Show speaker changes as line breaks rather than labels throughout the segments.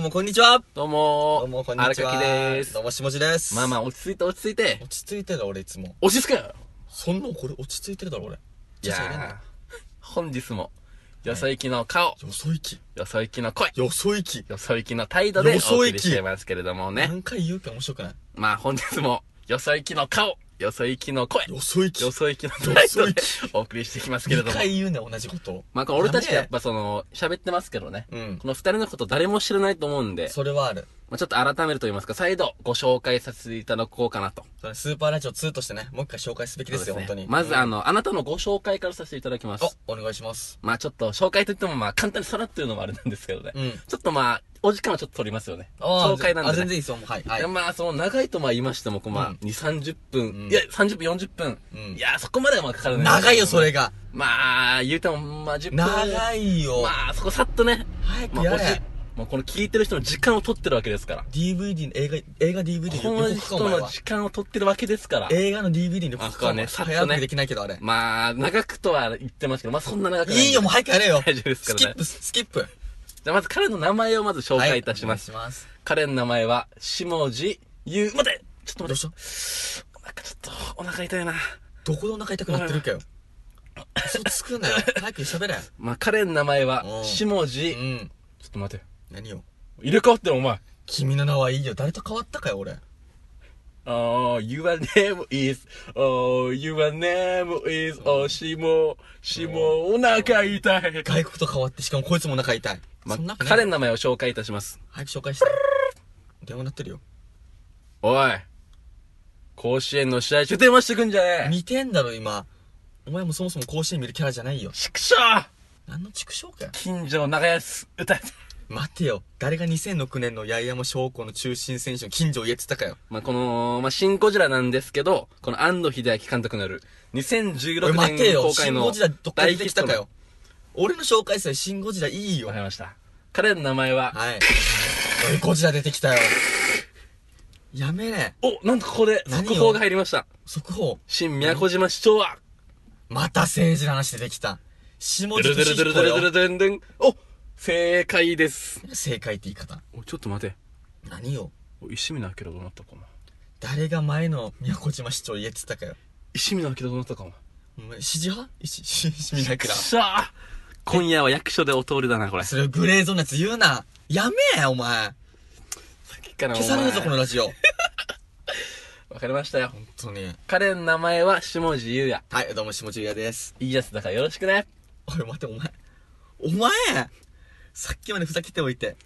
もこんにちは
どうもー。
どうもこんにちは
荒垣です
ど。うもしもじです
まあまあ、落ち着いて落ち着いて。
落ち着いてる俺いつも
落ち着くなよ
そんなこれ落ち着いてるだろ俺
いやー本日も、よそ行きの顔、
よそ行き
よそ行きの声、
よそ行き
よそ行きの態度で
よ
お
そ行
送
き
りしてますけれどもね。
何回言うか面白くない
まあ本日も、よそ行きの顔、よそ行きの声、
よそ行き
よそ行きの態度
よ
でお送りしていきますけれ
2
ども。
回言うね同じことを
まあこれ俺たちがやっぱその、喋ってますけどね。
うん
この二人のこと誰も知らないと思うんで、
それはある
まあちょっと改めると言いますか、再度ご紹介させていただこうかなと。
それスーパーラジオ2としてねもう一回紹介すべきですよ
そう
本
ね
当に
まず
うん
あの、あなたのご紹介からさせていただきます。
おお願いします
まあちょっと紹介といってもまあ簡単にさらっていうのもあれなんですけどね。
うん
ちょっとまあ、お時間はちょっと取りますよね。
あー
紹介なんで、ね。
あ全然いいですよもうはいはい
でまあ、その長いとまあ言いましても、こうまあ、
うん
2、30分、
うん
いや、30分、40分。
うん
いや、そこまではまあかかるね。
長いよそれ。が
まあ、言うても、まあ10分。
長いよ
まあ、そこさっとね。
早く
まあ、
やれ
おじまあ、この聞いてる人の時間を取ってるわけですから。
DVD の映画映画 DVD
こ
の
の
予告かお
人
前
の
は
時間を取ってるわけですから。
映画の DVD の予
あ
告
そ
か
こ
お
は
前
ね、さっと
早く
ね。
できないけどあれ
まあ、長くとは言ってますけど、まあそんな長くないんで。
いいよもう早くやれよ
大丈夫ですからね
スキップスキップ
じゃあまず彼の名前をまず紹介いたします。
はいお願いします
彼の名前は、下地ゆう、待てちょっと
ど
待
う
って。
した
なんかちょっと、お腹痛いな。
どこでお腹痛くなってるかよ嘘つくなよ早く喋れ
まあ、彼の名前は
う、ん
下地、
う
ちょ
ん
っと待て。
何よ
入れ替わってるお前。
君の名はいいよ誰と変わったかよ俺
Oh, your name is, oh, your name is, oh, しも、しも、お腹痛い。
外国と変わってしかもこいつもお腹痛い
ま
そんな
あ
わ、けない
彼の名前を紹介いたします。
早く紹介して電話鳴ってるよ
おい、甲子園の試合中電話してくんじゃねえ。
見てんだろ今お前もそもそも甲子園見るキャラじゃないよ
ちくしょう
何の畜生かよ
近所の長屋す、歌えた。
待てよ誰が2006年の八重山商工の中心選手の近所を言えって言ったかよ
まあ、この、まあ、シン・ゴジラなんですけど、この安野秀明監督による、
おい
2016
待て
年
よ
公開
新
の
ゴジラどっから
大
出
ヒ
てき
ッ
た
ト
か
の
よ、俺の紹介した新ゴジラいいよ
わかりました。彼の名前は、
はい。おいゴジラ出てきたよ。やめれ。
お、なんとここで
何よ
速報が入りました。
速報。
新宮古島市長は、
また政治の話出てきた。下
ドゥル
地
ドゥルドゥル
彦
ドゥルドゥ
よ。
ルドゥルドゥンお、正解です。
正解って言い方。
お、ちょっと待て。
何よ。
お石見明どうなったかも。
誰が前の宮古島市長言えって言ったかよ。
石見明どうなったかも。
お前、支持派し、し、しみなく
く
ら。
しゃー今夜は役所でお通りだな、これ。さ
それをグレーゾーンのやつ言うな。やめえ、お前。
っきからお
消されるぞ、この
前。
ラジオ。本
わかりましたよ。
当に。
彼の名前は、下地優也。
はい、どうも、下地やです。
いいやつだからよろしくね。
おい、待て、お前。お前さっきまでふざけておいて。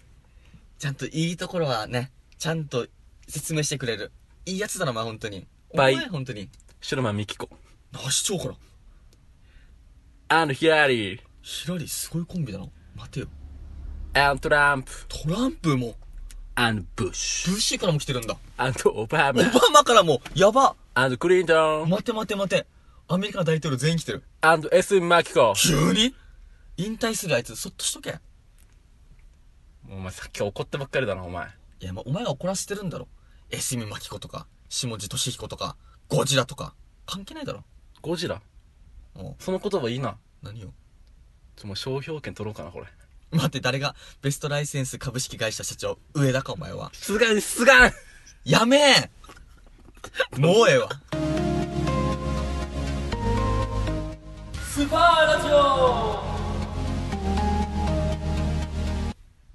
ちゃんといいところはね、ちゃんと説明してくれる。いいやつだな、まあ、本当に。お
バイ
前、本当に。
白間美希子。
なあ、市長から。
あのヒラリー、
ヒラリー、すごいコンビだな。待てよ。
あのトランプ、
トランプも、
あのブッ
ブ
シュ、
ッシーからも来てるんだ。
あのオバ
オ
マ、
バマからも、やば。
あのクリントン、
待て待て待て。アメリカの大統領全員来てる。
あのエスミマキコ。
急に引退するあいつ、そっとしとけ。い
お前さっき怒ってばっかりだな、お前。
や、まあ、お前が怒らせてるんだろ。エスミマキコとか、下地俊彦とか、ゴジラとか、関係ないだろ。
ゴジラ、
も
その言葉いいな。
う、何よ。
ちょ、もう商標権取ろうかな、これ。
待って、誰が、ベストライセンス株式会社社長、上田か、お前は。
すがん、すがん
やめえもうええわ。
スパーラジオ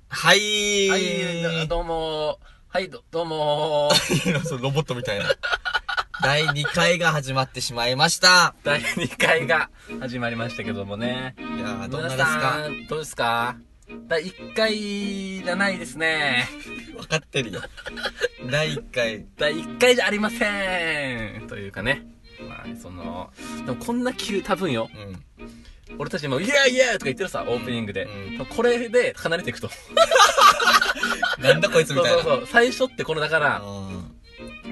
はい
はい、
ー。
どうもー。はい、ど、どうも ー。
そのロボットみたいな。 第2回が始まってしまいました。
第2回が始まりましたけどもね。
いやー、どん
皆
なです
さ
か
ん、どうですか第1回じゃないですね。
分かってるよ。第1回。
第1回じゃありませんというかね。まあ、その、でもこんな急多分よ。
うん。
俺たちも、イエーイエーイとか言ってるさ、オープニングで。
うん
これで離れていくと。
なんだこいつ
そ
み
う
たい
そ
な。
うそう。最初ってこれだから、
うん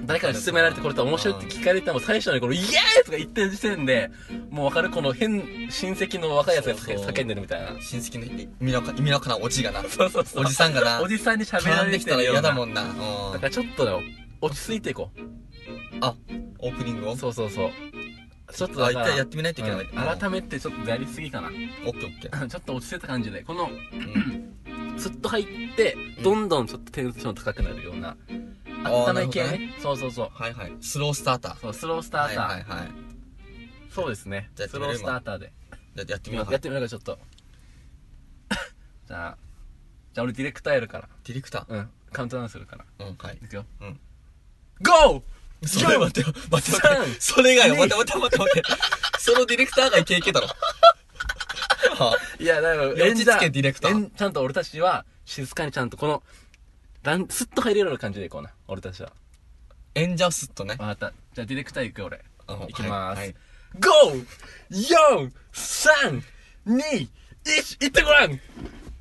誰かに勧められてこれと面白いって聞かれても、最初にこのイエーイとか言ってる時点で、もうわかるこの変、親戚の若いやつが
そう
叫
そう
叫んでるみたいな。
親戚の意味のか意味のかなおじがな。
そうそうそう。
おじさんがな
おじさんに喋ら
絡ん
れ
で
て
きたら
るよう
嫌
な
だもんな。うん。
だからちょっとよ、落ち着いていこ
あ、オープニングを
う。そうそうそう。ちょっとだ
あ、一
から、
回やってみないといけな い。
うん改めてちょっとやりすぎかな。
オッケーオッケー。
ちょっと落ち着いた感じで、この、
うん
スッと入って、
うん
どんどんちょっとテンション高くなるような、
あー
温め系
なる
ね
ほど
そうそうそう。
はいはい。スロースターター。
そう、スロースターター。
はいはいはい。
そうですね。
じゃあ
スロースターターで。
じゃあやってみ
や
よ
っ
うか。デ
てみようか、ちょっと。 じゃあ、じゃあ俺ディレクターやるか
ィレクタ
ら。うん。カウントダウンするから。
ー。うん、はい
い。くよ。
うん。
GO!
それ待ってよ。待って待っ
三
て。それがよ。待って待って待って待って。そのディレクターがいけい けだろ。はい
や、だから、
落ち着けディレクター
演ちゃんと俺たちは、静かにちゃんとこの、ラン、スッと入れるような感じでいこうな。俺たちは。
演者をすっとね。
わかった。じゃあディレクター行くよ、俺。
あ
行きま
は
ーす。
い
GO! 4、3、2、1、行ってごらん
ど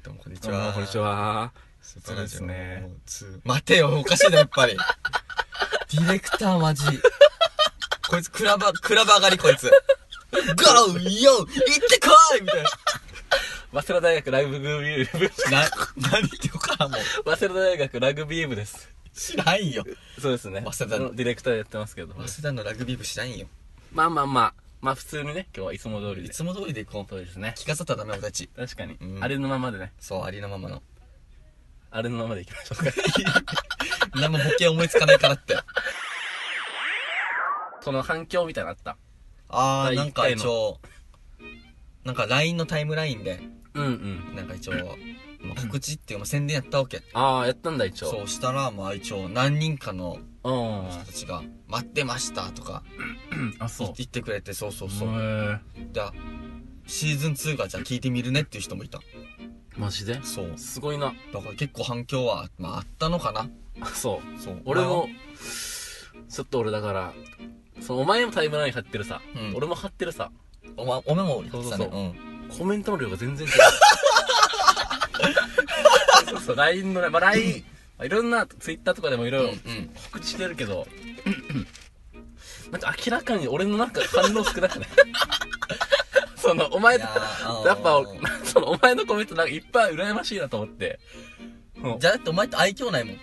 うもこんにち
どうも
は。
こんにち。は。
スーパ
そ
ー
う
ラ
で
ジ
す
オ
ね。。
ツー待てよ、おかしいな、やっぱり。ディレクターマジ。こいつ、クラバ、クラバ上がり、こいつ。ゴーよ行ってこいみたいな。
早稲田大学ラグビー部、
な、何言ってよかな、もう。
早稲田大学ラグビー部です。
知らんよ。
そうですね。
早稲田の
のディレクターやってますけど。
早稲田のラグビー部知らんよ。
まあまあまあ、まあ普通にね、今日はいつも通り
い
で。
つも通りで行こう。
そうですね。
聞かせたらダメ、俺たち。
確かに
う。ん
あれのままでね。
そう、ありのままの。
あれのままでいきましょう か。
何もボケ思いつかないからって。
その反響みたいなのあった。
あ
第
ー、
一
なんか
回の
一応、なんか LINE のタイムラインで、
うんうん。
なんか一応、まあ告知っていうか、まあ宣伝やったわけ。
ああ、やったんだ一応。
そうしたら、まあ一応、何人かの
う。ん。
人たちが、待ってましたとか、
あ、
い
そう。
言ってくれて、そうそう
そ
そうう。。じゃあ、シーズン2がじゃあ聞いてみるねっていう人もいた。
マジで
そう。
すごいな。
だから結構反響は、まああったのかな。
あそう。
そう。
俺も、ちょっと俺だから、そのお前もタイムライン貼ってるさ。
うん
俺も貼ってるさ。
お前、お前も言って
そうそ
たね。
うそ
うん。
コメントの量が全然 違う。そうそう、LINE のね、まあ LINE、まあいろんな Twitter とかでもいろいろ
うんうん。
告知してるけど、なんか明らかに俺のなんか反応少なくない その、お前
いやー
やっぱ
あー、
その、お前のコメントなんかいっぱい羨ましいなと思って。うん
じゃあだってお前と愛嬌ないもん。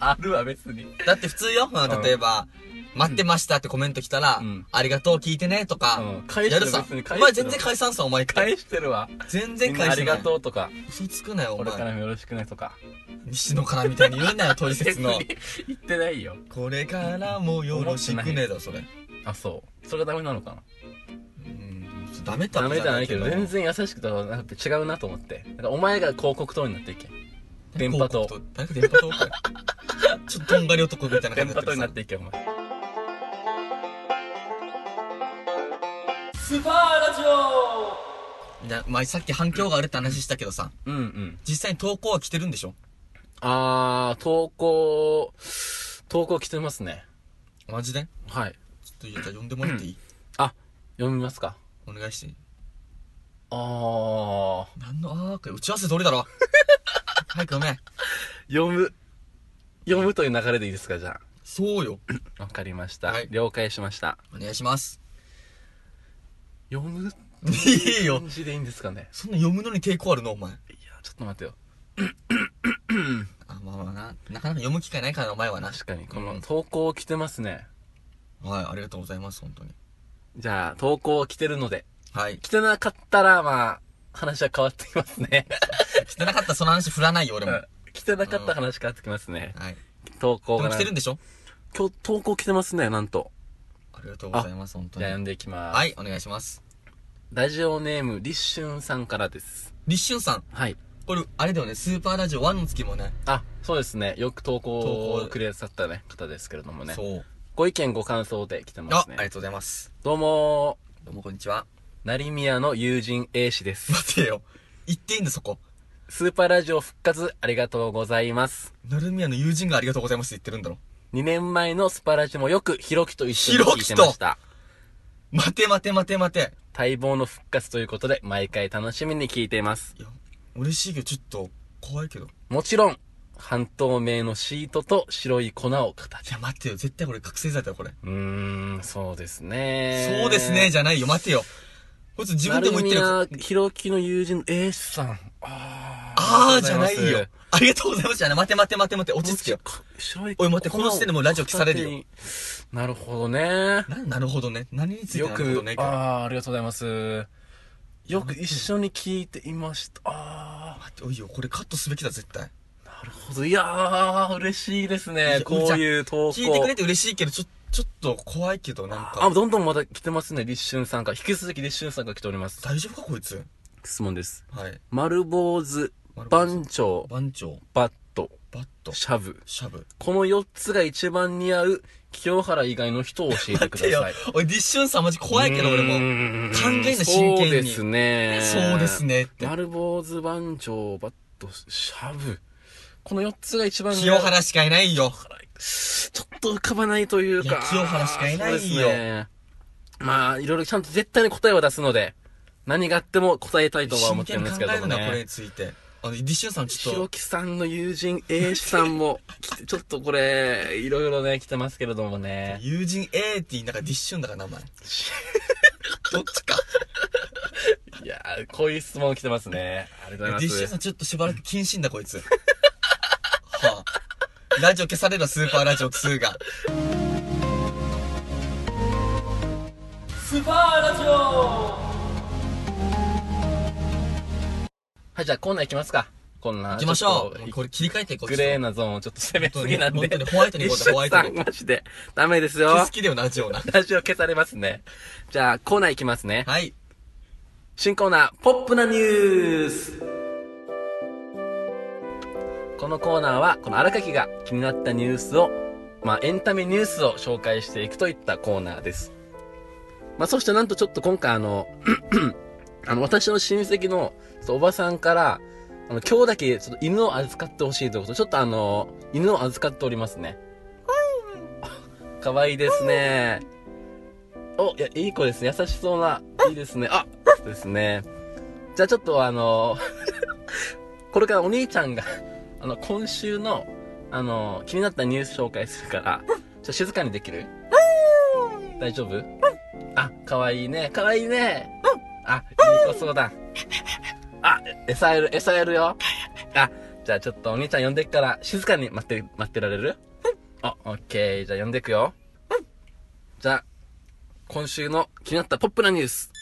あるわ、別に。
だって普通よ、ま
う
あ、
ん
例えば、待ってましたってコメント来たら、
うん
ありがとう聞いてねとか、
うん返して
や
る
るさ
別に。
お
返してる
前全然解散さ、お前一回。
返してるわ。
全
み
然
んな
返
あ
して
り
ない。
がとうとか、
嘘つくなよ、お
俺から
前。
もよろしくねとか。
西野からみたいに言うなよ、トリセツの
別。に 言ってないよ。
これからもよろしくねだ、それ。
あ、そう。それがダメなのかな
うん、ダメだ
ダメじゃないけど、全然優しくてなんか違うなと思って。なんかお前が広告塔になっていけ。電波塔。。
誰か電波塔か。ちょっととんがり男みたいな感
電
じ
波塔になっ
る
ていけ、お前。スパーラジオ
さいやまあ、さっき反響があるって話したけどさ、
うんうん。
実際に投稿は来てるんでしょ
あー、投稿、投稿来てますね。
マジで
はい。
ちょっと、じゃあ呼んでもらっていい、
あ、読みますか。
お願いしていい
あ
なんのあーか打ち合わせ通りだろ 早く読め
ー、読む。読むという流れでいいですか、じゃ
そうよ
あ。わかりました。
はい
了解しました。
お願いします
読む
いいよ
感じでいいんですかね。
そんな読むのに抵抗あるのお前
いや、ちょっと待ってよ。
あまあまあななかなか読む機会ないからなお前はな
確かに、こ
う
の
ん
投稿来てますね。
はいありがとうございます本当に
じゃあ、投稿来てるので。
はい
来てなかったら、まあ、話は変わってきますね。
来てなかったらその話振らないよ俺もは
来てなかったら話変わってきますね。
い
投稿
でも
がな。
来てるんでしょ
今日投稿来てますね、なんと。
ありがとうございます本当
じゃあ
に
読んでいきます。
はいお願いします
ラジオネーム、立春さんからです。
立春さん
はい。
これあれだよねスーパーラジオ1の月もね
あ、そうですね。よく投稿
投
を
稿
くださったね、方ですけれどもね。
そう
ご意見ご感想で来てま
あ
す
あ
ね
り。がとうございます
どうも
どうもこんにちは
ー、成宮の友人 A 氏です。
待てよ言っていいんだそこ
スーパーラジオ復活ありがとうございます。
成宮の友人がありがとうございますって言ってるんだろ
2年前のスパラジもよくひろきと一緒に
ひろ
聞
き
い
と
てました。
待て待て待て待て
待望の復活ということで、毎回楽しみに聞いています。
いや、嬉しいけど、ちょっと、怖いけど。い
もちろん、半透明のシートと白い粉を形。
や、待ってよ。絶対これ覚醒剤だよ、これ。
うーん、そうですね
そうですね、じゃないよ。待てよ。こいつ自分でも言ってるぞ。
成宮ひろきの友人 A さん。あ
あーじゃないよ。ありがとうございますじゃない。待て待て待て待て、落ち着けよ。
白い
おい待ってこの時点でもうラジオ消されるよ。
なるほどね。
な、なるほどね。何について
よ
なるほ
く
どね、、
ああ、ありがとうございます。よく一緒に聞いていました。あ
待って、おいよ、これカットすべきだ、絶対。
なるほど。いやー、嬉しいです
い
ね
や。
こういう投稿。
聞いてくれて嬉しいけど、ちょ、ちょっと怖いけど、なん
あ、
か。
どんどんまた来てますね、立春さんが。引き続き立春さんが来ております。
大丈夫か、こいつ。
質問です。
はい。
丸坊主、
丸坊主
番長、
番長、
バット、
バット、
シャブ。
シャブ。
この4つが一番似合う、清原以外の人を教えてくだ
て よ
さい。、
俺、立春さんマジ怖いけど、俺も。
も
考えんの真剣
そ
に
うですね。
そうです。ねって。
丸坊主、番長、バット、シャブ。この4つが一番似合
清
う。
原しかいないよ。
ちょっと浮かばないという
いや
か。
清原しかいない
そ
よ
うですね。まあ、いろいろちゃんと絶対に答えは出すので、何があっても答えたいとは思
真
ってる
剣
ん
に
で
考
すけ
え
ども
るな、これに
ね。
ついて。あの、立春さんち
ひ
ょっ
ろ
と、
きさんの友人 A 氏さんも 来て、ちょっとこれ、いろいろね、来てますけれどもね。
友人 A って言いながら立春だから、名前。どっちか。
いやー、こういう質問来てますね。ありがとうござい
立春
ま
さ
す。
んちょっとしばらく謹慎だ、こいつ。 はあ、ラジオ消されるスーパーラジオ2が。
スパーラジオはい、じゃあコーナー行きますか。こんな。
行きましょ
ちっ
う。も
と
うこれ切り替えていこう。
グレーなゾーンをちょっと攻めすぎなんで。
本当に本当にホワイトに行こう
一
ぜ
緒
ホワイトに
さんマジで。ダメですよ
好。きだよな、ラジオな。
ラジオ消されますね。じゃあ、コーナーいきますね。
はい。
新コーナー、ポップなニュースこのコーナーは、この荒垣が気になったニュースを、まあ、エンタメニュースを紹介していくといったコーナーです。まあ、そしてなんとちょっと今回あの、 あの、私の親戚のちょっとおばさんから、あの、今日だけちょっと犬を預かってほしいということで、ちょっとあの、犬を預かっておりますね。 かわいいですね。お、いや、いい子ですね。優しそうな。いいですね。あ、そうですね。じゃあちょっとあの、 これからお兄ちゃんが、 あの、今週の、あの、気になったニュース紹介するから、ちょっと静かにできる大丈夫あ、かわいいね。かわいいね。あ、いい子そうだ。あ、餌やる、餌やるよ。あ、じゃあちょっとお兄ちゃん呼んでっから、静かに待って、待ってられるあ、オッケー。じゃあ呼んでくよ。じゃあ、今週の気になったポップなニュース。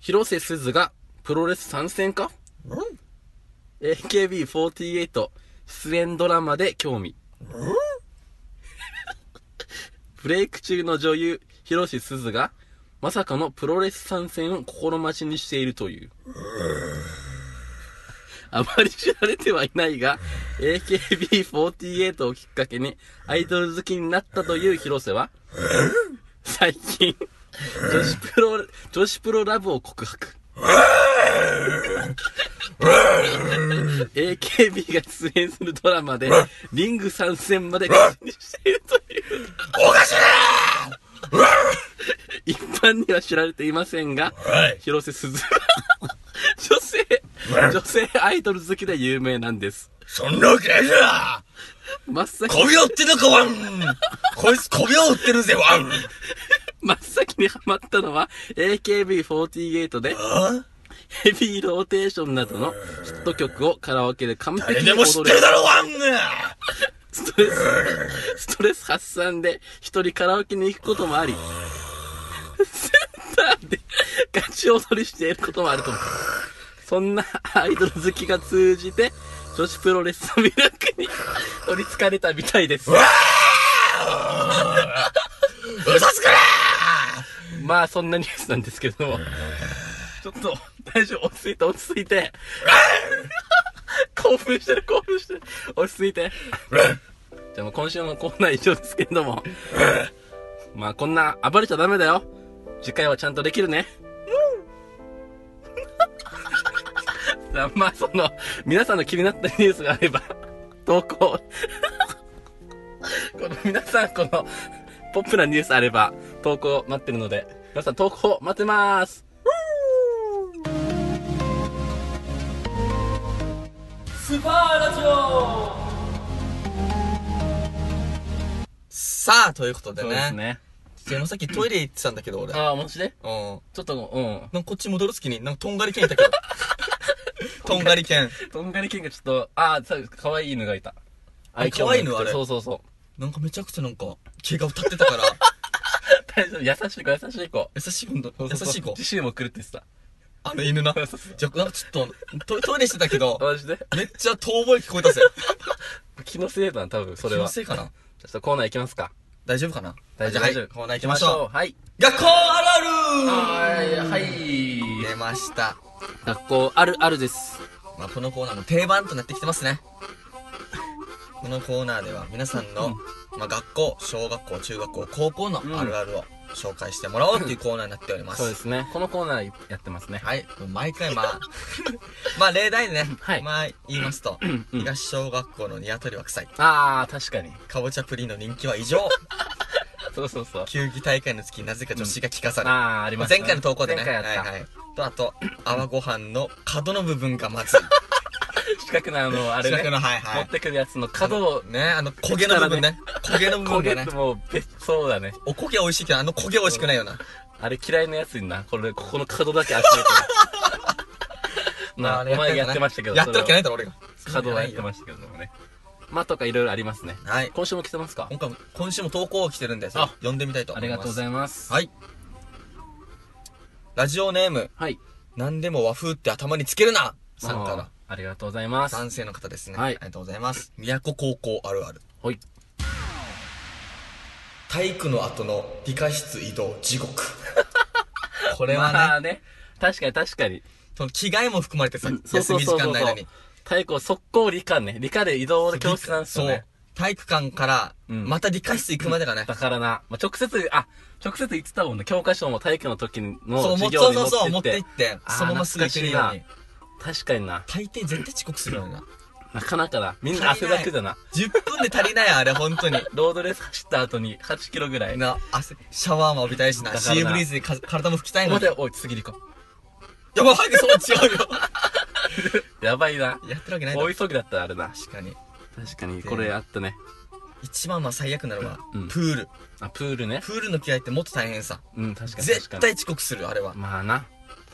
広瀬すずがプロレス参戦か ?AKB48 出演ドラマで興味。ブレイク中の女優、広瀬すずが、まさかのプロレス参戦を心待ちにしているという。あまり知られてはいないが、AKB48 をきっかけにアイドル好きになったという広瀬は、最近、女子プロ、女子プロラブを告白。AKB が出演するドラマで、リング参戦まで口にしているという。
おかしい
一般には知られていませんが、
はい
広瀬すずは女性、女性アイドル好きで有名なんです。
そんなわけないじゃん
真っ先、
媚びを売ってるのか、ワンこいつ媚びを売ってるぜ、ワン
真っ先にハマったのは AKB48 で、
あ
ヘビーローテーションなどのヒット曲をカラオケで完
誰
璧に
でも知っ
踊
て
れ
る
る
だろ、ワン
ストレス、 ストレス発散で一人カラオケに行くこともあり、センターでガチ踊りしていることもあると思う。そんなアイドル好きが通じて、女子プロレスの魅力に 取り憑かれたみたいです。
嘘つくな
まあ、そんなニュースなんですけれども。ちょっと、大丈夫、落ち着いて、落ち着いて。 興奮してる、興奮してる。落ち着いて。じゃあもう今週のコーナー以上ですけれども。 まあ、こんな、暴れちゃダメだよ。次回はちゃんとできるね。 さあまあ、その、皆さんの気になったニュースがあれば、 投稿。この皆さん、この、ポップなニュースあれば、投稿待ってるので、皆さん投稿待ってますスパーラジオ
さあ、ということで
そうです
ね。
ね。
でもさっきトイレ行ってたんだけど、俺。うん。
ああ、もしでちょっと、うん。
なんかこっち戻る隙に、なんかとんがり犬いたけど。とんがり犬。
とんがり犬がちょっと、ああ、そう可愛い犬がいた。愛嬌
可愛い犬あれ
そうそうそう。
なんかめちゃくちゃなんか、毛が歌ってたから、
大丈夫、優しい子、優しい子。
優しい子だ、
そう
優
そうそう
しい子。
次週も来るって言ってた。
あの犬な。じゃ、なんかちょっとト、トイレしてたけど、
マジで
めっちゃ遠吠え聞こえたぜ。
気のせいだな、多分、それ
気
は。
の
ちょ
せいかな
っとコーナー行きますか。
大丈夫かな
大丈夫
じゃあ
大丈
はい、
夫
コーナー行きましょ。。
う。はいう
学校あるあ
はい、は
る
い。
出ました。
学校あるあるです。
まあ、このコーナーの定番となってきてますね。このコーナーでは皆さんの、まあ、学校、小学校、中学校、高校のあるあるを紹介してもらおうというコーナーになっております。
そうですね。このコーナーやってますね。
はい、毎回まあ、 まあ例題でね、
はい
まあ言いますと、
うん
東小学校のニワトリは臭い、
あー、確かに。
かぼちゃプリンの人気は異常、
そうそうそう。
球技大会の月なぜか女子が聞かされ、
あー、あり
ま
ま
あ
したね。
前回の投稿でね、
前回やった。
はいはい。と、あと、泡ご飯の角の部分がまずい。
近くのあ の、あれ
近く
ね。
の、はい
持
は
っ
い。
てくるやつの角を、
ね、あの焦げの部分ね。焦げの 部
焦
分
げ
が
て
ね。
もう、べ、そうだね。
お焦げ美味しいけど、あの焦げ美味しくないよな。
あれ嫌いなやつにな。これ、ここの角だけ集めて る。なあ、
あ
お
れやった
前
よね
やってましたけど。
やったわけない
い。
だろ、俺が。
角はやってましたけどね。まあ、とかいろいろありますね。
はい。
今週も来てますか
今回も、今週も投稿来てるんで、それ
あ
読んでみたいと
あ
思い
り
ま
が
す。
とうございます。
はい。ラジオネーム、
はい。
何でも和風って頭につけるなさんか
あ
ら。
ーありがとうございます。
男性の方ですね。
はい
ありがとうございます。宮古高校あるある。
ほい。
体育の後の理科室移動 地獄。こ
こ
れはね、
まあね。確かに確かに。
その着替えも含まれてさ、
そう
休
そう
み時
そう
間
そう
の間に。
体育を速攻理科ね。理科で移動の教室なんですよ
そう
ね。。
体育館から、
うん
また理科室行くまでがね。
だからな、まあ、直接、あ、直接言ってたもんね。教科書も体育の時の
そう、も
授
うそ
業
う
に
そうそ
持
う、持
っ
ってて
っ
行
て。
って、
あー
そのまますぐ行けるように。
確かにな。
大抵絶対遅刻するのにな。
なかなかだ。みんな汗だくだな。
10分で足りない、あれ、本当に。
ロードレース走った後に8キロぐらい。
な、汗、シャワーも浴びたいしな、
だ
シ
からな
ーブリーズでか体も拭きたいの
待
に。
て、おい、次行こ
やばい、そう違うよ。
う。やばいな。
やってるわけないだろ
大急ぎだったらあれだ。
確かに。
確かに、これあったね。
一番まあ最悪なのは、
うん
プール。
あ、プールね。
プールの着替えってもっと大変さ。
うん、確かに。
絶
確かに
対遅刻する、あれは。
まあな。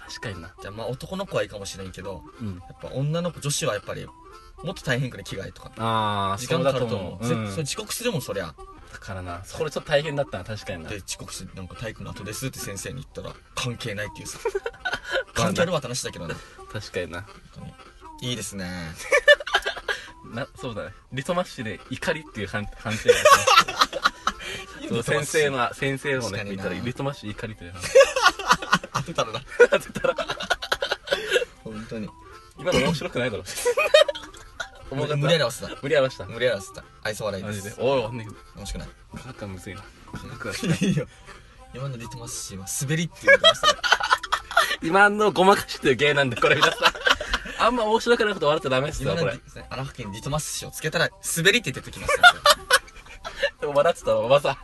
確かにな。
じゃあまあ男の子はいいかもしれんけど、
うん。
やっぱ女の子、女子はやっぱり、もっと大変くね、着替えとか。
ああ、
時
そ
間
う
か
だ
か
と
ると思
思
う。
う。
ぜ
うん
それ遅刻するもん、そりゃ。
だからな、これちょっと大変だったな、確かにな
で、。遅刻して、なんか体育の後ですって先生に言ったら、関係ないっていうさ。 関係あるわって話だけどね。
確かにな。
本当にいいで すね。
な、そうだね。リトマッシュで怒りっていう判判定が ねそう先生の、先生の
確
ね
か、に
見
な
たら、リトマッシュ怒りという判定。
当てたらな。
当てたら
本当に。
今の面白くないだ ろ。
無
重かった
理やり合わせた。
無理やらした。
無理やり合わせた。愛想笑い
マ
で。。
ジですおい、ほんで、
楽しくない。
科学はむ ずいな。科学はい
いよ。今のリトマス氏は滑りって言って ましたね。
今のごまかしっていう芸なんで、これ 皆さん。あんま面白くないこと笑っちゃダメっす
今
よ、こ
のリ
れ。
荒垣にリトマス氏をつけたら、滑りって出てきます ね。あ
でも笑ってたの、技。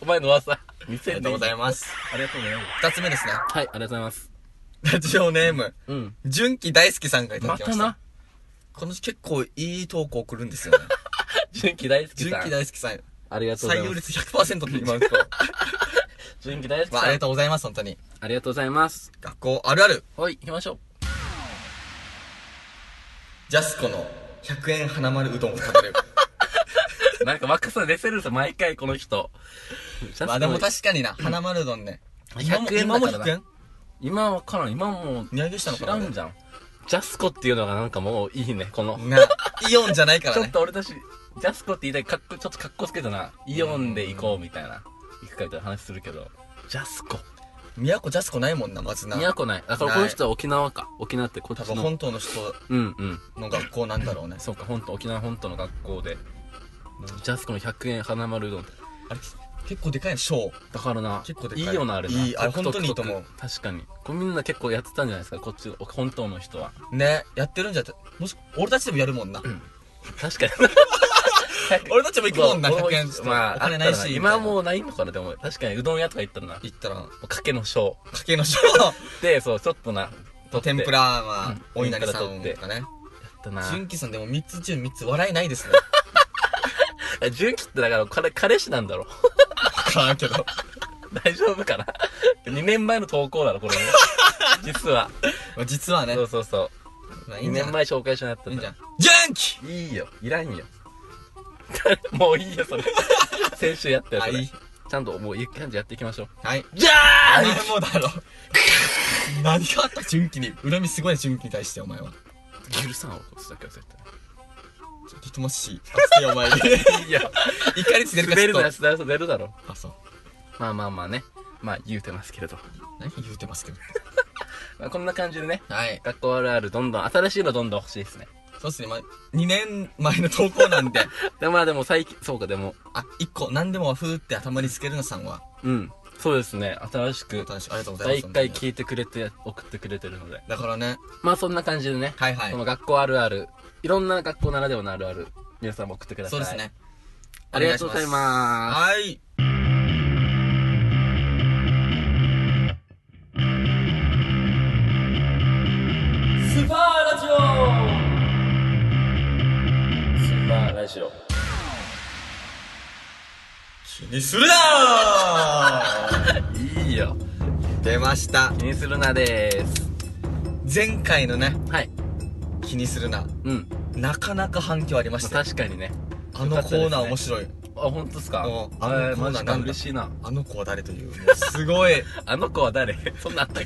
お前の技。見せ
り
る
がとうございます。
す。ありがとうございます。
二つ目ですね。
はい、ありがとうございます。
ラジオネーム、
うん。
純喜大好きさんがいただ
ま
きましたた。
な。
この人結構いい投稿来るんで すよね。
純喜大好き
純
さん。
喜大好きさん。
ありがとうござ
採
い
用
ます。
率100%って今のところ。
純喜大好き
ま
さ
あ、
ん。
ありがとうございます、本当に。
ありがとうございます。
学校あるある。
はい、行きましょう。
ジャスコの100円花丸うどんを食 べる。
なんか若さ出せるさ、毎回この人。
まあでも確かにな、花丸うどんね。今も
100円
今
だ
も
からな
100円
今わからん、今もう、
値上げしたのかな
知らんじゃん。ジャスコっていうのがなんかもういいね、この。
な、イオンじゃないか
ち
ら
ょっ
ね。
と俺たち、ジャスコって言いたいかっこ、ちょっとかっこつけたな。イオンで行こうみたいな。行くかみたいな話するけど。ジャスコ。
宮古ジャスコないもんな、まずな。
宮古ない。だからこの人は沖縄か。沖縄ってこ
多
っち
分
の。
本島の人
うんうん。
の学校なんだろうね。
そうか、本当沖縄本島の学校で。ジャスコの100円花丸うどんって。
あれ、結構でかいの、ショー。
だからな、
結構で
い
かい
いよな、あれな。
いいあれ
独特
本当にいいと思う
確かに。これみんな結構やってたんじゃないですか、こっち、本当の人は。
ね、やってるんじゃって、もし、俺たちでもやるもんな。
確か に。
俺たちも行くもんな、
そう
100円。
俺もまあ、
お金ない
あったら
し。
今は
う。
もうないのかな、でも。確かに、うどん屋とか行ったらな、も
行ったら、
うかけの章。
家計のショ
で、そう、ちょっとな、
ー。天ぷ
ら。
らは
うん、
お稲荷さ
天
ん
ぷら取って
とかね。
やったな。
純喜さんでも3つ中3つ笑いな いですね。
え純喜ってだから、彼、彼氏なんだろ。
わからんけど。
大丈夫かな ?2 年前の投稿だろ、これ ね。実は。
まあ実はね
そ、うそうそう。
まあいい
2
んじ
年
ゃない
前紹介しなかった
いい
ん
んじ
だ
ゃん。純喜
いいよ。いらんよ。 もういいよ、それ。 先週やったよ、
あ、
それ
いい。
ちゃんと、もう、ゆっくりやっていきましょう。
はい。
じゃ
あ
あ
れもだろ。何があった純喜に。恨みすごいね、純喜に対して、お前は。
許さんを起こすだけは絶
ちょっとともし、熱いお 前に。
対。いや、
怒りつ出るか
滑る
ちょ
の
っ
やつだ出るだろ。
と。あ、そう。
まあまあまあね。まあ言うてますけれど。
何言うてますけど。
まあこんな感じでね、
はい。
学校あるあるどんどん、新しいのどんどん欲しいですね。
そうっすね、まあ、2年前の投 稿なんで、
でまあでも最近、そうかでも、
あ、1個、何でもふーって頭につけるなさんは、
うん。そうですね、新しく、
私、ありがとうござ
第
います。
一回聞いてくれて、送ってくれてるので。
だからね、
まあそんな感じでね、
はいはい
この。学校あるある、いろんな学校ならではのあるある、皆さんも送ってくださ
そう
い。
です。ね。
ありがとうございます。
はい。
スパーラジオスパーラジオ
気にする ない
いよ
ー出ました。
気にするなでーす
前回のね、
はい
気にするな。
うん、
なかなか反響ありま
まあ、
して、
確かにね
あのコーナー面白い。
あ本当っすか
おう
あ
あの
ー
コーナー
マジ
な
か
んだ
嬉しいな
あの子は誰という、もうすごい。
あの子は誰そんなんあったっ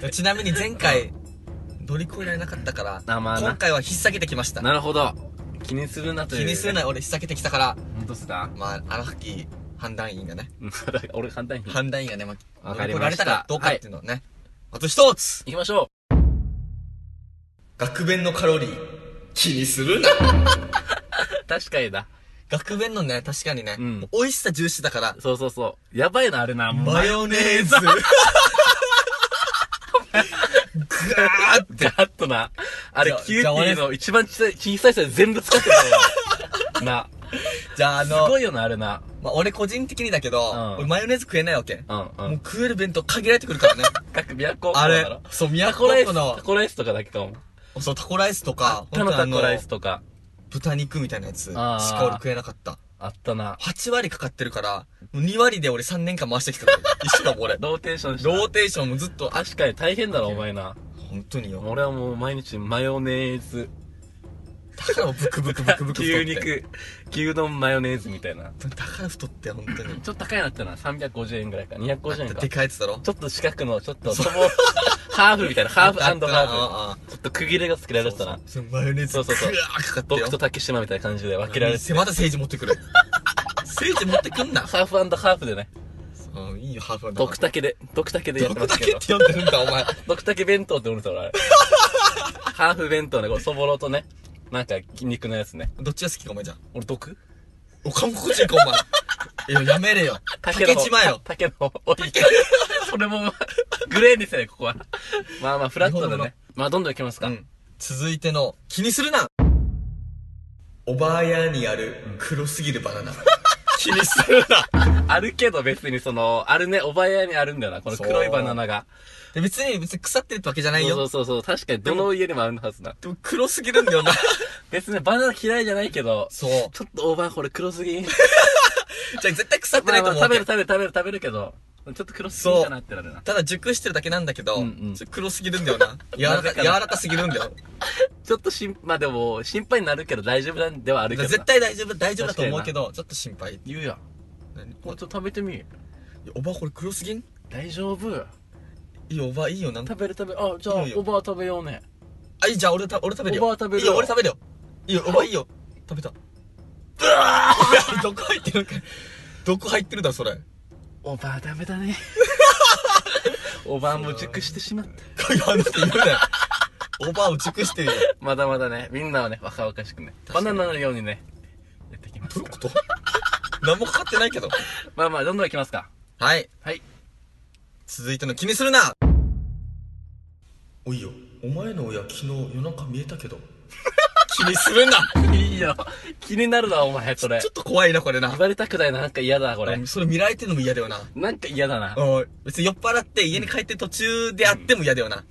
け
ちなみに前回、乗り越えられなかったから、
あまあな
今回は引っ提げてきました。
なるほど気にするなという
気にするな、俺引っ提げてきたから、
本当っすか
まあ、荒垣判断員がね、
うん 俺簡単に行
判断員がね、まあ、
わかり
乗り
ま
越
し
えられた
た
かどうかっていうのをね、あと一つ
きましょ
学弁のカロリー、気にするな
う確かにだ
学弁のね、確かにね、
うん
もう美味しさ重視だから、
そうそうそうやばいなあれな
マ
ヨ
ヨネーズガーって
ガーッとなあれ
じゃあ
キュー
じゃあ
ティ
俺
ーの一番小さい小さいサイズ全部使って たよな
じゃああ
す
の
ご、いよなあれな
まあ、俺個人的にだけど、
うん
俺マヨネーズ食えないわけ。
うんう。
もうん食える弁当限られてくるから ね。
各宮古
あれ
だろ、
そう、
タ
都
コライス、
の
タコライスとかだけかも。
そう、タコライスとか、
他のタ
あ
コライスとか、
豚肉みたいなやつし
あー
か俺食えなかった。
あったな。
8割かかってるから、もう2割で俺3年間回してき たから一緒だもん俺。
ローテーションした。
ローテーションもずっと、あ、
確かに大変だろ、お前な。
本当によ。
俺はもう毎日マヨネーズ、
だからブクブクブクブ ク太
牛
って。
肉、牛丼マヨネーズみたいな。
だから太って、本当に。
ちょっと高いなってな、350円ぐらいか、250円か。
でかいやつだろ
ちょっと四角の、ちょっと、そこ、ハーフみたいな、ハーフハー
ああああ
フ。ちょっと区切れがつけられてたな。
そうマヨネーズ
そうそうそう
ぐわーかかってよ
僕と竹島みたいな感じで分けられてて。
まだ政治持ってくる。 政治持ってくんな。
ハーフハーフでね、
うん、いいよ、ハーフなんだ
ドクタケで、ドクタケでやって
毒
ます
だ
け
け
ど
っ。て呼んでるんだ、お前。
ドクタケ弁当って俺さ、俺あ れ。ハーフ弁当ね、これそぼろとね、なんか筋肉のやつね。
どっちが好きか、お前じゃん。
俺、毒
お、韓国人か、お 前。いや、やめれよ。竹島よ。
竹の、おい、 それも、グレーですね、ここは。まあまあ、フラット
日
で
本の
ね。まあ、どんどん行きます
う
か。
ん。続いての、気にするなおばあやにある黒すぎるバ ナナ。気にするな
あるけど別にその、あるね、おばやにあるんだよな、この黒い
そう
バナナが。
で別に、別に腐ってるってわけじゃな
そ
い
うそ
よ。
うそうそう、確かにどの家にもあるはずだ。
でも黒すぎるん だよな。
別にバナナ嫌いじゃないけど、
そう。
ちょっとおばあこれ黒すぎ。
じゃあ絶対腐って
ま
な
あ
い
ま
と
あ
思うわ
食べ
け
る食べる食べる食べるけど、ちょっと黒すぎかなってなるな。
ただ熟してるだけなんだけど、
うんうん
それ黒すぎるんだよな。柔ら
なぜ
か、
か
柔
な
らかすぎるんだよ。
ちょっとしん、まあでも、心配になるけど大丈夫なんではあるけどな。
絶対大丈夫、大丈夫だと思うけど、ちょっと心配。
言うやん。
何
もうちょっと食べてみ。
おばこれ黒すぎん
大丈夫。
いいよ、おばいいよ、なんか。
食べる食べる。あ、じゃあ
いいよいい、よ
おばあ食べようね。
あ、いいじゃん、俺た、俺食べるよ。
おばあ食べる
いい
よ
よ、俺食べるよ。いいよ、おばいいよ。食べた。うわーどこ入ってるか。どこ入ってるだ、それ。
おばあダメだね。 おばあも熟してしまった。
いや、あの人言うなよ。おばを熟してるよ。
まだまだね、みんなはね、若々しくね。バ
確か
ナ
に
ナのようにね、やっていきます
どういうこと何もかかってないけど。
まあまあ、どんどんいきますか。
はい。
はい。
続いての気にするなおいよ、お前の親昨日夜中見えたけど。 気にするな
いいよ。気になるな、お前、それ
ちょ。っと怖いな、これな
言。われたくないな、なんか嫌だ、これ
うん。それ見られてるのも嫌だよな。
なんか嫌だな。
うん別に酔っ払って家に帰ってる途中であっても嫌だよな。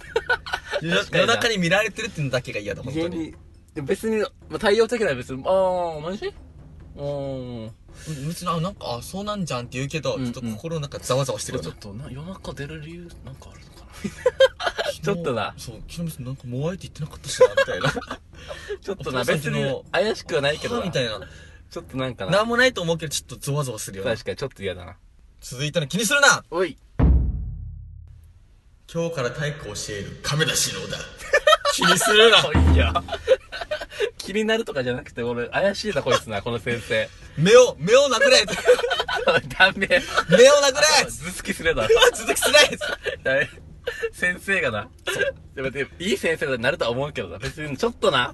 夜
確かにな
夜中に見られてるってのだけが嫌だ、本当
家
に。
に、別に、まあ、対応的には別に、あー、マジうーん。
うん別に、あ、なんか、あそうなんじゃんって言うけど、
うんうん
ちょっと心の中ざわざわしてるよ
ちょ
な
っ。とな、夜中出る理由、なんかあるのかな ちょっとな
昨日そう、昨日別になんかもうあえて言ってなかったしな、みたいな。
ちょっと
お
な、
父さん
別に怪しくは ないけど
は
な。
みたいな。
ちょっとなんかな。
なんもないと思うけど、ちょっとざわざわするよな。
確かにちょっと嫌だな。
続いての気にするな
おい。
今日から体育を教える亀田史郎 だ。気にするな。
いや。 気になるとかじゃなくて、俺、怪しいな、こいつな、この先生。
目を、目をなくれ
ダメ。
目をなくれ
頭突きすれだ。
続きしない
ダメ。 先生がな。でも、でもいい先生になるとは思うけどな。別に、ちょっとな、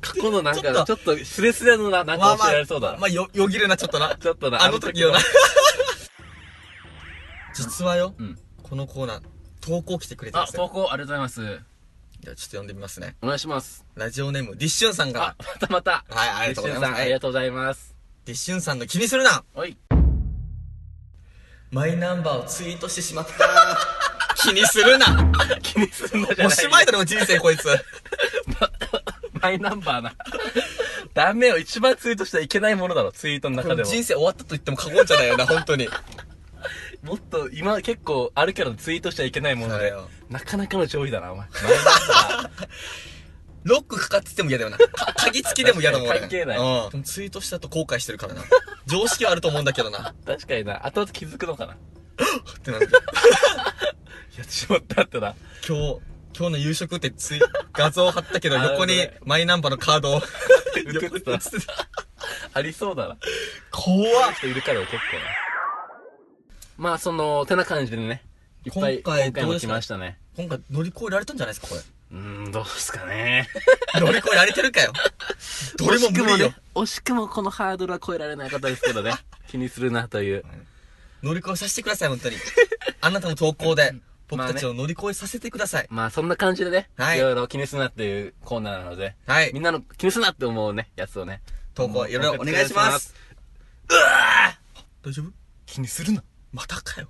過去のなん
ちょっ
か、ちょっと、スレスレのな、なん
まあ
か
ま
教えられそうだ
あ、まあよ、よぎるな、ちょっとな。
ちょっとな、
あの時よな。 実はよ、
うん
このコーナー、投稿来てくれて
あ
ま、す
投
よ。
稿ありがとうございます。
じゃあちょっと読んでみますね。
お願いします。
ラジオネーム、ディッシュンさんか
あ
ら。、
またまた。
はい、ありがとうござい
シュンさん
ます。
あ
は
りが
い
とうございます。
ディッシュンさんの気にするな
おい。
マイナンバーをツイートしてし まった。気にするな
気にすんなじゃない
おしまいだろ、人生こいつ。
マイナンバーな。ダメよ、一番ツイートしてはいけないものだろ、ツイートの中でも。
人生終わったと言っても過言じゃないよな、本当に。
もっと、今結構あるけどツイートしちゃいけないもの
そうだ
で
よ、
なかなかの上位だ な、お前。
ロックかかってても嫌だよな。か鍵付きでも嫌だもん、俺
関係ない
うん。でもツイートしたと後悔してるからな。常識はあると思うんだけどな。
確かにな、後々気づくのかな。
ってなる
やってしまったってな。
今日、今日の夕食ってツイ、画像貼ったけど、
あー
横
ご
に
めん
マイナンバーのカードを
映ってた
横に映ってた。
ありそうだな。
怖
ある人いるからよ、結構な。まあ、その、てな感じでね。いっぱい、
今回
今回
どう
も
です
来
か
ましたね。
今回乗り越えられたんじゃないですか、これ。
うーん、どうですかね。
乗り越えられてるかよ。 どれも無
惜しくも
理よ。
ね惜しくもこのハードルは超えられなかったですけどね。気にするなという。
乗り越えさせてください、本当に。あなたの投稿で、僕たちを乗り越えさせてください。
まあそんな感じでね、
はい
いろいろ気にするなっていうコーナーなので、
はい
みんなの気にするなって思うね、やつをね。
投稿、いろいろお願いします。うわー大丈夫
気にするな。
またかよ。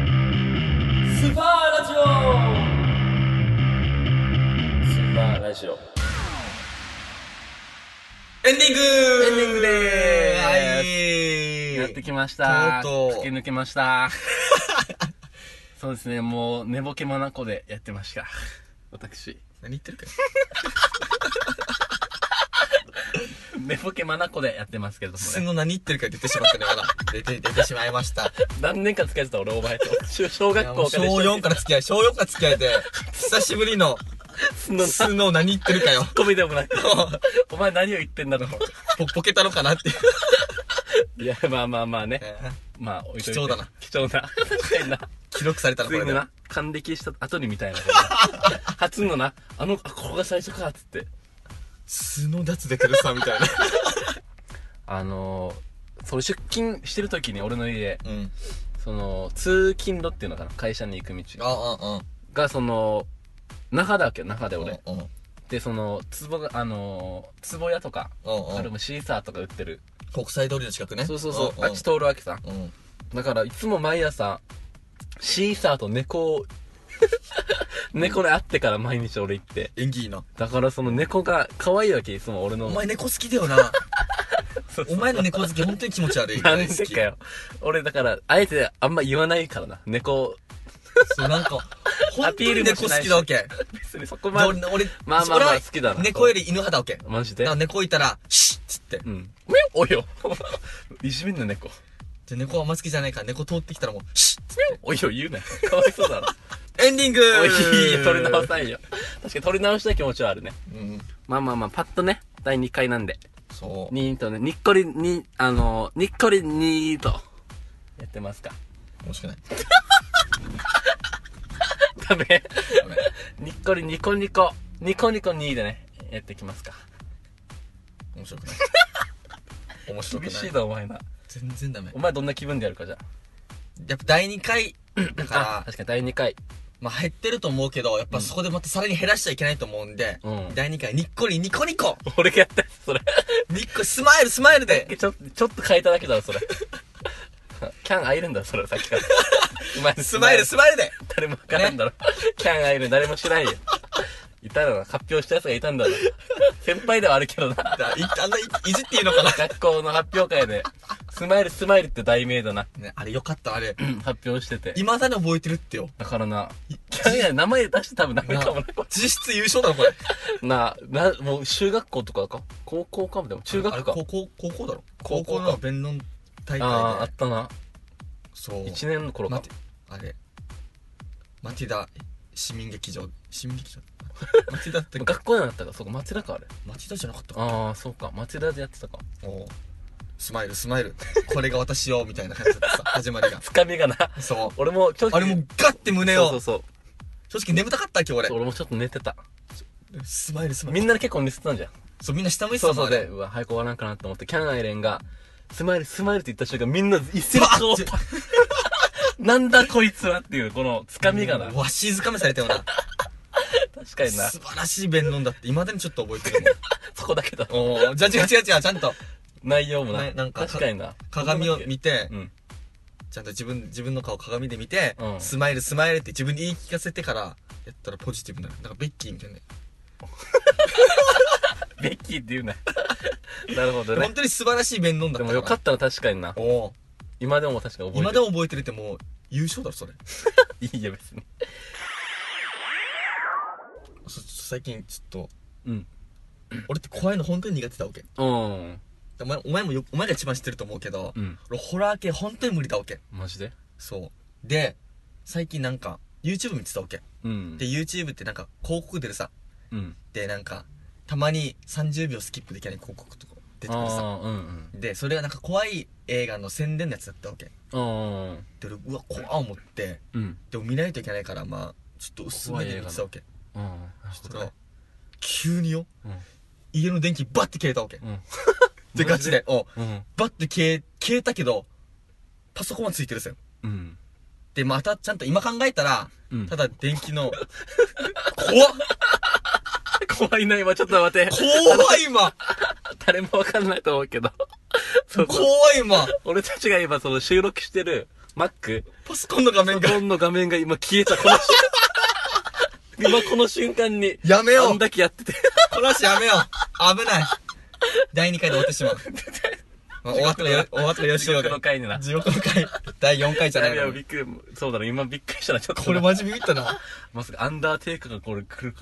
スパーラジオスパーラジオ。
エンディングエ
ンディングで
ー
やってきました。
とうとう
突き抜けま した。そうですね、もう寝ぼけまなこでやってました。私。
何言ってるかよ。
寝ぼけまなこでやってますけれども
素
ね。
の何言ってるかって言ってしまったね、まだ。出て、出てしまいました。
何年か付き合ってた俺、お前と。小 小学校か
小
ら一緒
4
に
から付き合い、小4から付き合えて、久しぶりの、
そんなツッ
素の何言ってるかよ。
コミでもなく、 お前何を言ってんだろう。
ポ、ポケたのかなっていう。
いや、まあまあまあね。まあ、置いといて
貴重だな。
貴重 な。確かにな。
記録されたの、こ
つい
れ
に
で。
な、還暦した後にみたいな。 初のな、あの、あ、ここが最初か、つって。
素の脱でくるさ、みたいな。
あのー、それ出勤してる時に俺の家、
うん。
その、通勤路っていうのかな会社に行く道
あ、うん、うん。
が、その、那覇だわけよ、那覇で俺。
うん、うん、
で、その、壺が、あのー、壺屋とか、
うん
あれもシーサーとか売ってる。
国際通りの近くね。
そうそうそう。あっち
と。
通るわけさ。
うん。
だから、いつも毎朝、シーサーと猫 を、猫に会ってから毎日俺行って。
演技いいな。
だからその猫が可愛いわけ、いつも俺の。
お前猫好きだよな。
そうそ
お
う
前の猫好き、本当に気持ち悪い。
なん
大好
で
き
かよ。俺だから、あえてあんま言わないからな。猫、
そう、なんか、本当に猫好きだわけ。
別にそこま
俺
で、、
俺、
まあまあまあ
俺は
好きだな
猫より犬派だわけ。だか
マジで
ら猫いたら、シッつって
う。ん。およ。いじめんな猫。
じゃあ猫はあんま好きじゃないから、猫通ってきたらもう、シッつっ
およ言うなよ。かわいそうだろ。
て。エンディング
おい、いや、取り直さんよ。確かに取り直したい気持ちはあるね。
うん。
まあまあまあ、パッとね、第2回なんで。
そう。
にーとね、にっこりに、あのー、にっこりにーと、やってますか。
面白くない。
ダメ。
ごめん
にっこりにこにこ、にこにこにーでね、やってきますか。
面白 くない。面白く
厳
な
しい
い。
だ、お前な。
全然ダメ
お。前どんな気分でやるか、じゃ
やっぱ第2回だ
あ。あ
か、ら、
確かに第2回。
まあ減ってると思うけど、やっぱそこでまたさらに減らしちゃいけないと思うんで
うん、
第2回、にっこりニコニコ
俺がやったやつそれ。
にっこ、スマイルスマイルで
ちょっと、ちょっと変えただけだろ、それ。 キャンアイルンだろ、それ、さっきから。お前
スマイルスマイルで
誰もわからんだろ。キャンアイルン誰も知らんよ。いたらな、発表したやつがいたんだろ。先輩ではあるけどな。
だいあんないいじっていいのかな
学校の発表会で、スマイルスマイルって題名だな。
ね、あれよかった、あれ。
発表してて。
未だに覚えてるってよ。
だからな、キャンアイルン名前出して多分ダメ
な
かもな。
実質優勝だろ、これ。
な、な、もう中学校とかか高校かもでも中
あれ
学か。
高校、高校だろ。
高
高
校
校
か
の弁論大
ああー、あ
会
っ
で
たな。
そう
1年の頃か
マ。テあれマティダ市民劇場市民劇場 マティダってマ
学校じゃなかったか、そこ町田か、あれ。
ティダじゃなかったか
ああ、そうか。町田でやってたか。
おうスマイルスマイルこれが私よみたいな感じ だったさ始まりが
つかみがな。
そ
俺も、ちょっ
う
と。
あれもうガッて胸
そうそう
を
そう
正直眠たかった今日
そう。俺もちょっと寝てた。
俺スマイルスマイル
みんなで結構寝てたんじゃん。
そうみんな下向いて
そ
た
う
もん
そう
あ
で、
れ
うわ、早く終わらんかなと思って、キャンアイレンが、スマイル、スマイルって言った瞬間、みんな一斉に顔を
パッ
パッ なんだこいつはっていう、この、つかみがな。
わしづかめされたよな
確かにな。
素晴らしい弁論だって未だにちょっと覚えてる
そこだけだ。
もん おうじゃあ違う違う違うちゃんと
内容もな。
ねなんか
確かにな。
鏡を見て
うん。
ちゃんと自分自分の顔鏡で見て、
うん
スマイルスマイルって自分に言い聞かせてからやったらポジティブになるなんかベッキーみたいなね
ベッキーって言うな。 なるほどね
本。当に素晴らしい弁論だ
で
った
もよかったな、確かにな。
おう
今でも確かに覚えてる。
今でも覚えてるってもう優勝だろそれ
いいよ、別に。
そ最近ちょっ
うん。
と俺って怖いの本当に苦手だわけ
うん。
お前お前もよお前が一番知ってると思うけど、
うん。
俺ホラー系本当に無理だわけ
マジで
そうで最近なんか YouTube 見てたわけ
うん
で。YouTube ってなんか広告出るさ
うん。
でなんかたまに30秒スキップできない広告とか出てくるさ
あーうんうん。
でそれがなんか怖い映画の宣伝のやつだったわけで
あ
俺うわ怖っ思って
ーうん。
でも見ないといけないからまあちょっと薄めで見てたわけ
うん。なる
そ
ほ
した
ど
ら
ね
急によ
うん。
家の電気バッて消えたわけっ
うん。
てガチでお
うん。
バッて消え消えたけどパソコンはついてるさよ
うん。
でまたちゃんと今考えたら
うん
ただ電気の怖っ
怖いな、今ちょっと待って。
怖い今
誰もわかんないと思うけど。そう
怖
そう。
い今
俺たちが今その収録してる Mac、
パソコンの
パ
画面
ソ
が
コンの画面が今消えた、この瞬間。今この瞬間に。
やめよう
あんだけやってて。
このしやめよう危ない第2回で終わっ てしまう、まあ、終わったらよ終わったらよし
地
よう
獄
で
の回にな。
地獄の回第4回じゃ
や
な
べ
い
や
の
べびっくり、そうだな、今びっくりしたな、ちょっと。
これマジビビったな違う
まさかアンダーテイカーがこれ来るか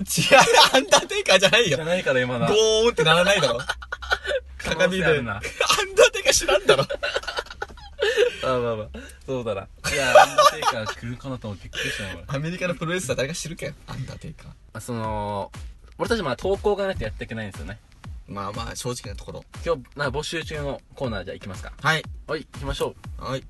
アンダーテイカーじ ゃないよ
じゃないから今
ゴ
な。
ーンってならないだろ鏡で
可能性あ
ア
る
ンダ
な
ー。テイカー知らんだろ
あまあまあ、そうだな。いや、アンダーテイカー来るかなと思ってびっくりしたな、俺。
アメリカのプロレスラー誰か知るかよアンダーテイカー
あその、俺たちまあ投稿がないとやっていけないんですよね。
まあまあ正直なところ
今日、な募集中のコーナーじゃあ行きますか。
はい
はい、行きましょ
はい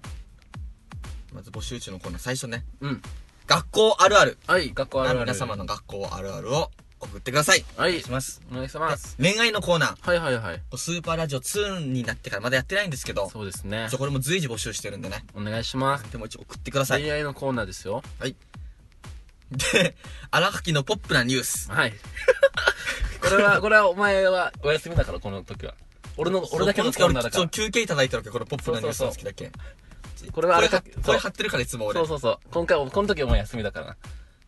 まず募集中のコーナー最初ね
う。うん。
学校あるある
はい、学校あるある。
皆様の。学校あるあるを送ってください
はい
お願します
お願いします。
恋愛のコーナー
はいはいはい。
スーパーラジオ2になってからまだやってないんですけど、
そうですね
ちょ。これも随時募集してるんでね。
お願いします。
でも一応送ってください。
恋愛のコーナーですよ。
で、 荒垣のポップなニュース。
はい。 これは、これはお前はお休みだから、この時は。俺の、俺だけのコーナーだか
そう
ら。
休憩いただいてるわけ、このポップなニュースの時だけ。
これはあれ
こ
か
れ、これ貼ってるからいつも俺。
そうそうそう。今回、この時お前休みだからな。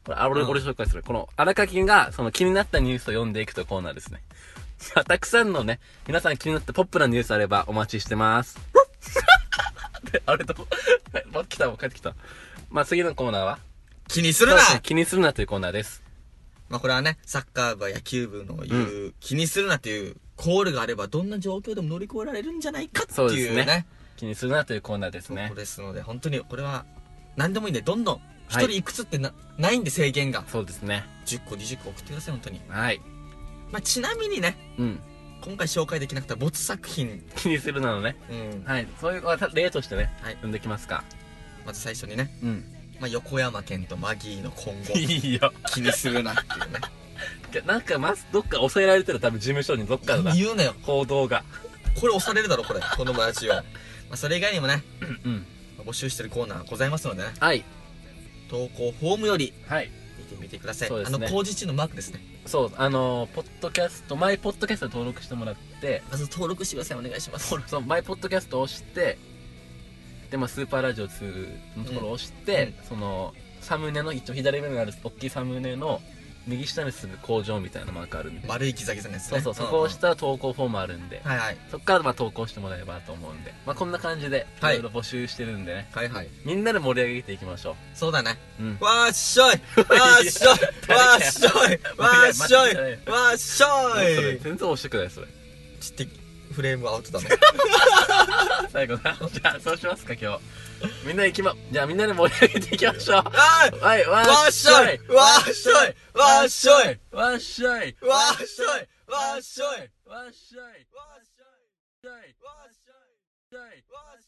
これ、あ、俺、
うん
俺紹介する。この、荒垣が、その気になったニュースを読んでいくというコーナーですね。 まあたくさんのね、皆さん気になったポップなニュースあればお待ちして ます。で あれと、ま、来た、もう帰ってきた。まあ、次のコーナーは
気にするな
そうですね気にするなというコーナーです。
まあこれはね、サッカー部や野球部の言う、気にするなっていうコールがあれば、どんな状況でも乗り越えられるんじゃないかって
そうで
い
す
う
ね
ね。
気にするなというコーナーです
そう
ね。
ですので、本当にこれは、何でもいいんで、どんどん、一
はい
人いくつってな,、ないんで制限が。
そうですね。
10個、20個送ってください、本当に。
はい。
まあちなみにね、
うん。
今回紹介できなくてボツ作品、
気にするなのね。
うん、
はい。そういう、まあ例としてね、
はい
読んできますか。
まず最初にね、
うん。
まあ、横山健とマギーの今後
いいよ。
気にするなって いうね
なんか、まず、どっか抑えられてる、多分事務所にどっかのな。
言うなよ
行動が。
これ押されるだろこれこの友達を、まあ、それ以外にもね
うん。
まあ募集してるコーナーございますのでね
はい。
投稿フォームより
はい。
見てみてください、
そうで
あ
すね
の工事中のマークですね
そう、あのー、ポッドキャスト、マイポッドキャスト登録してもらって、
まず登録してくださいお願いします
そのマイポッドキャストを押して、で、まあ、スーパーラジオ2のところを押して、その、サムネの、一応左上にある大きいサムネの、右下にすぐ工場みたいなマークあるんで、
丸いギザギザのやつ
そ
ね
うそう、そこを押したら投稿フォームあるんで、
うんうんはいはい
そこからまあ投稿してもらえればと思うんで、まあ、こんな感じで、い
は
ろ
い
いろ募集してるんでね、
はいはい
みんなで盛り上げていきましょ
そうだね
う。うん。
わっしょいわっしょいわっ しょいわっしょいわっしょ
それ
い
全然押してください、それ。
ちょっとフレームが合ってたの。
最後な。じゃあ、そうしますか、今日。みんな行きま、じゃあみんなで盛り上げていきましょう。
あー
はい、わ
わっしょいわっしょいわっしょい
わっしょい
わっし
わっしょい
ょいわっしょい
わっしょいわっしょいわっしょい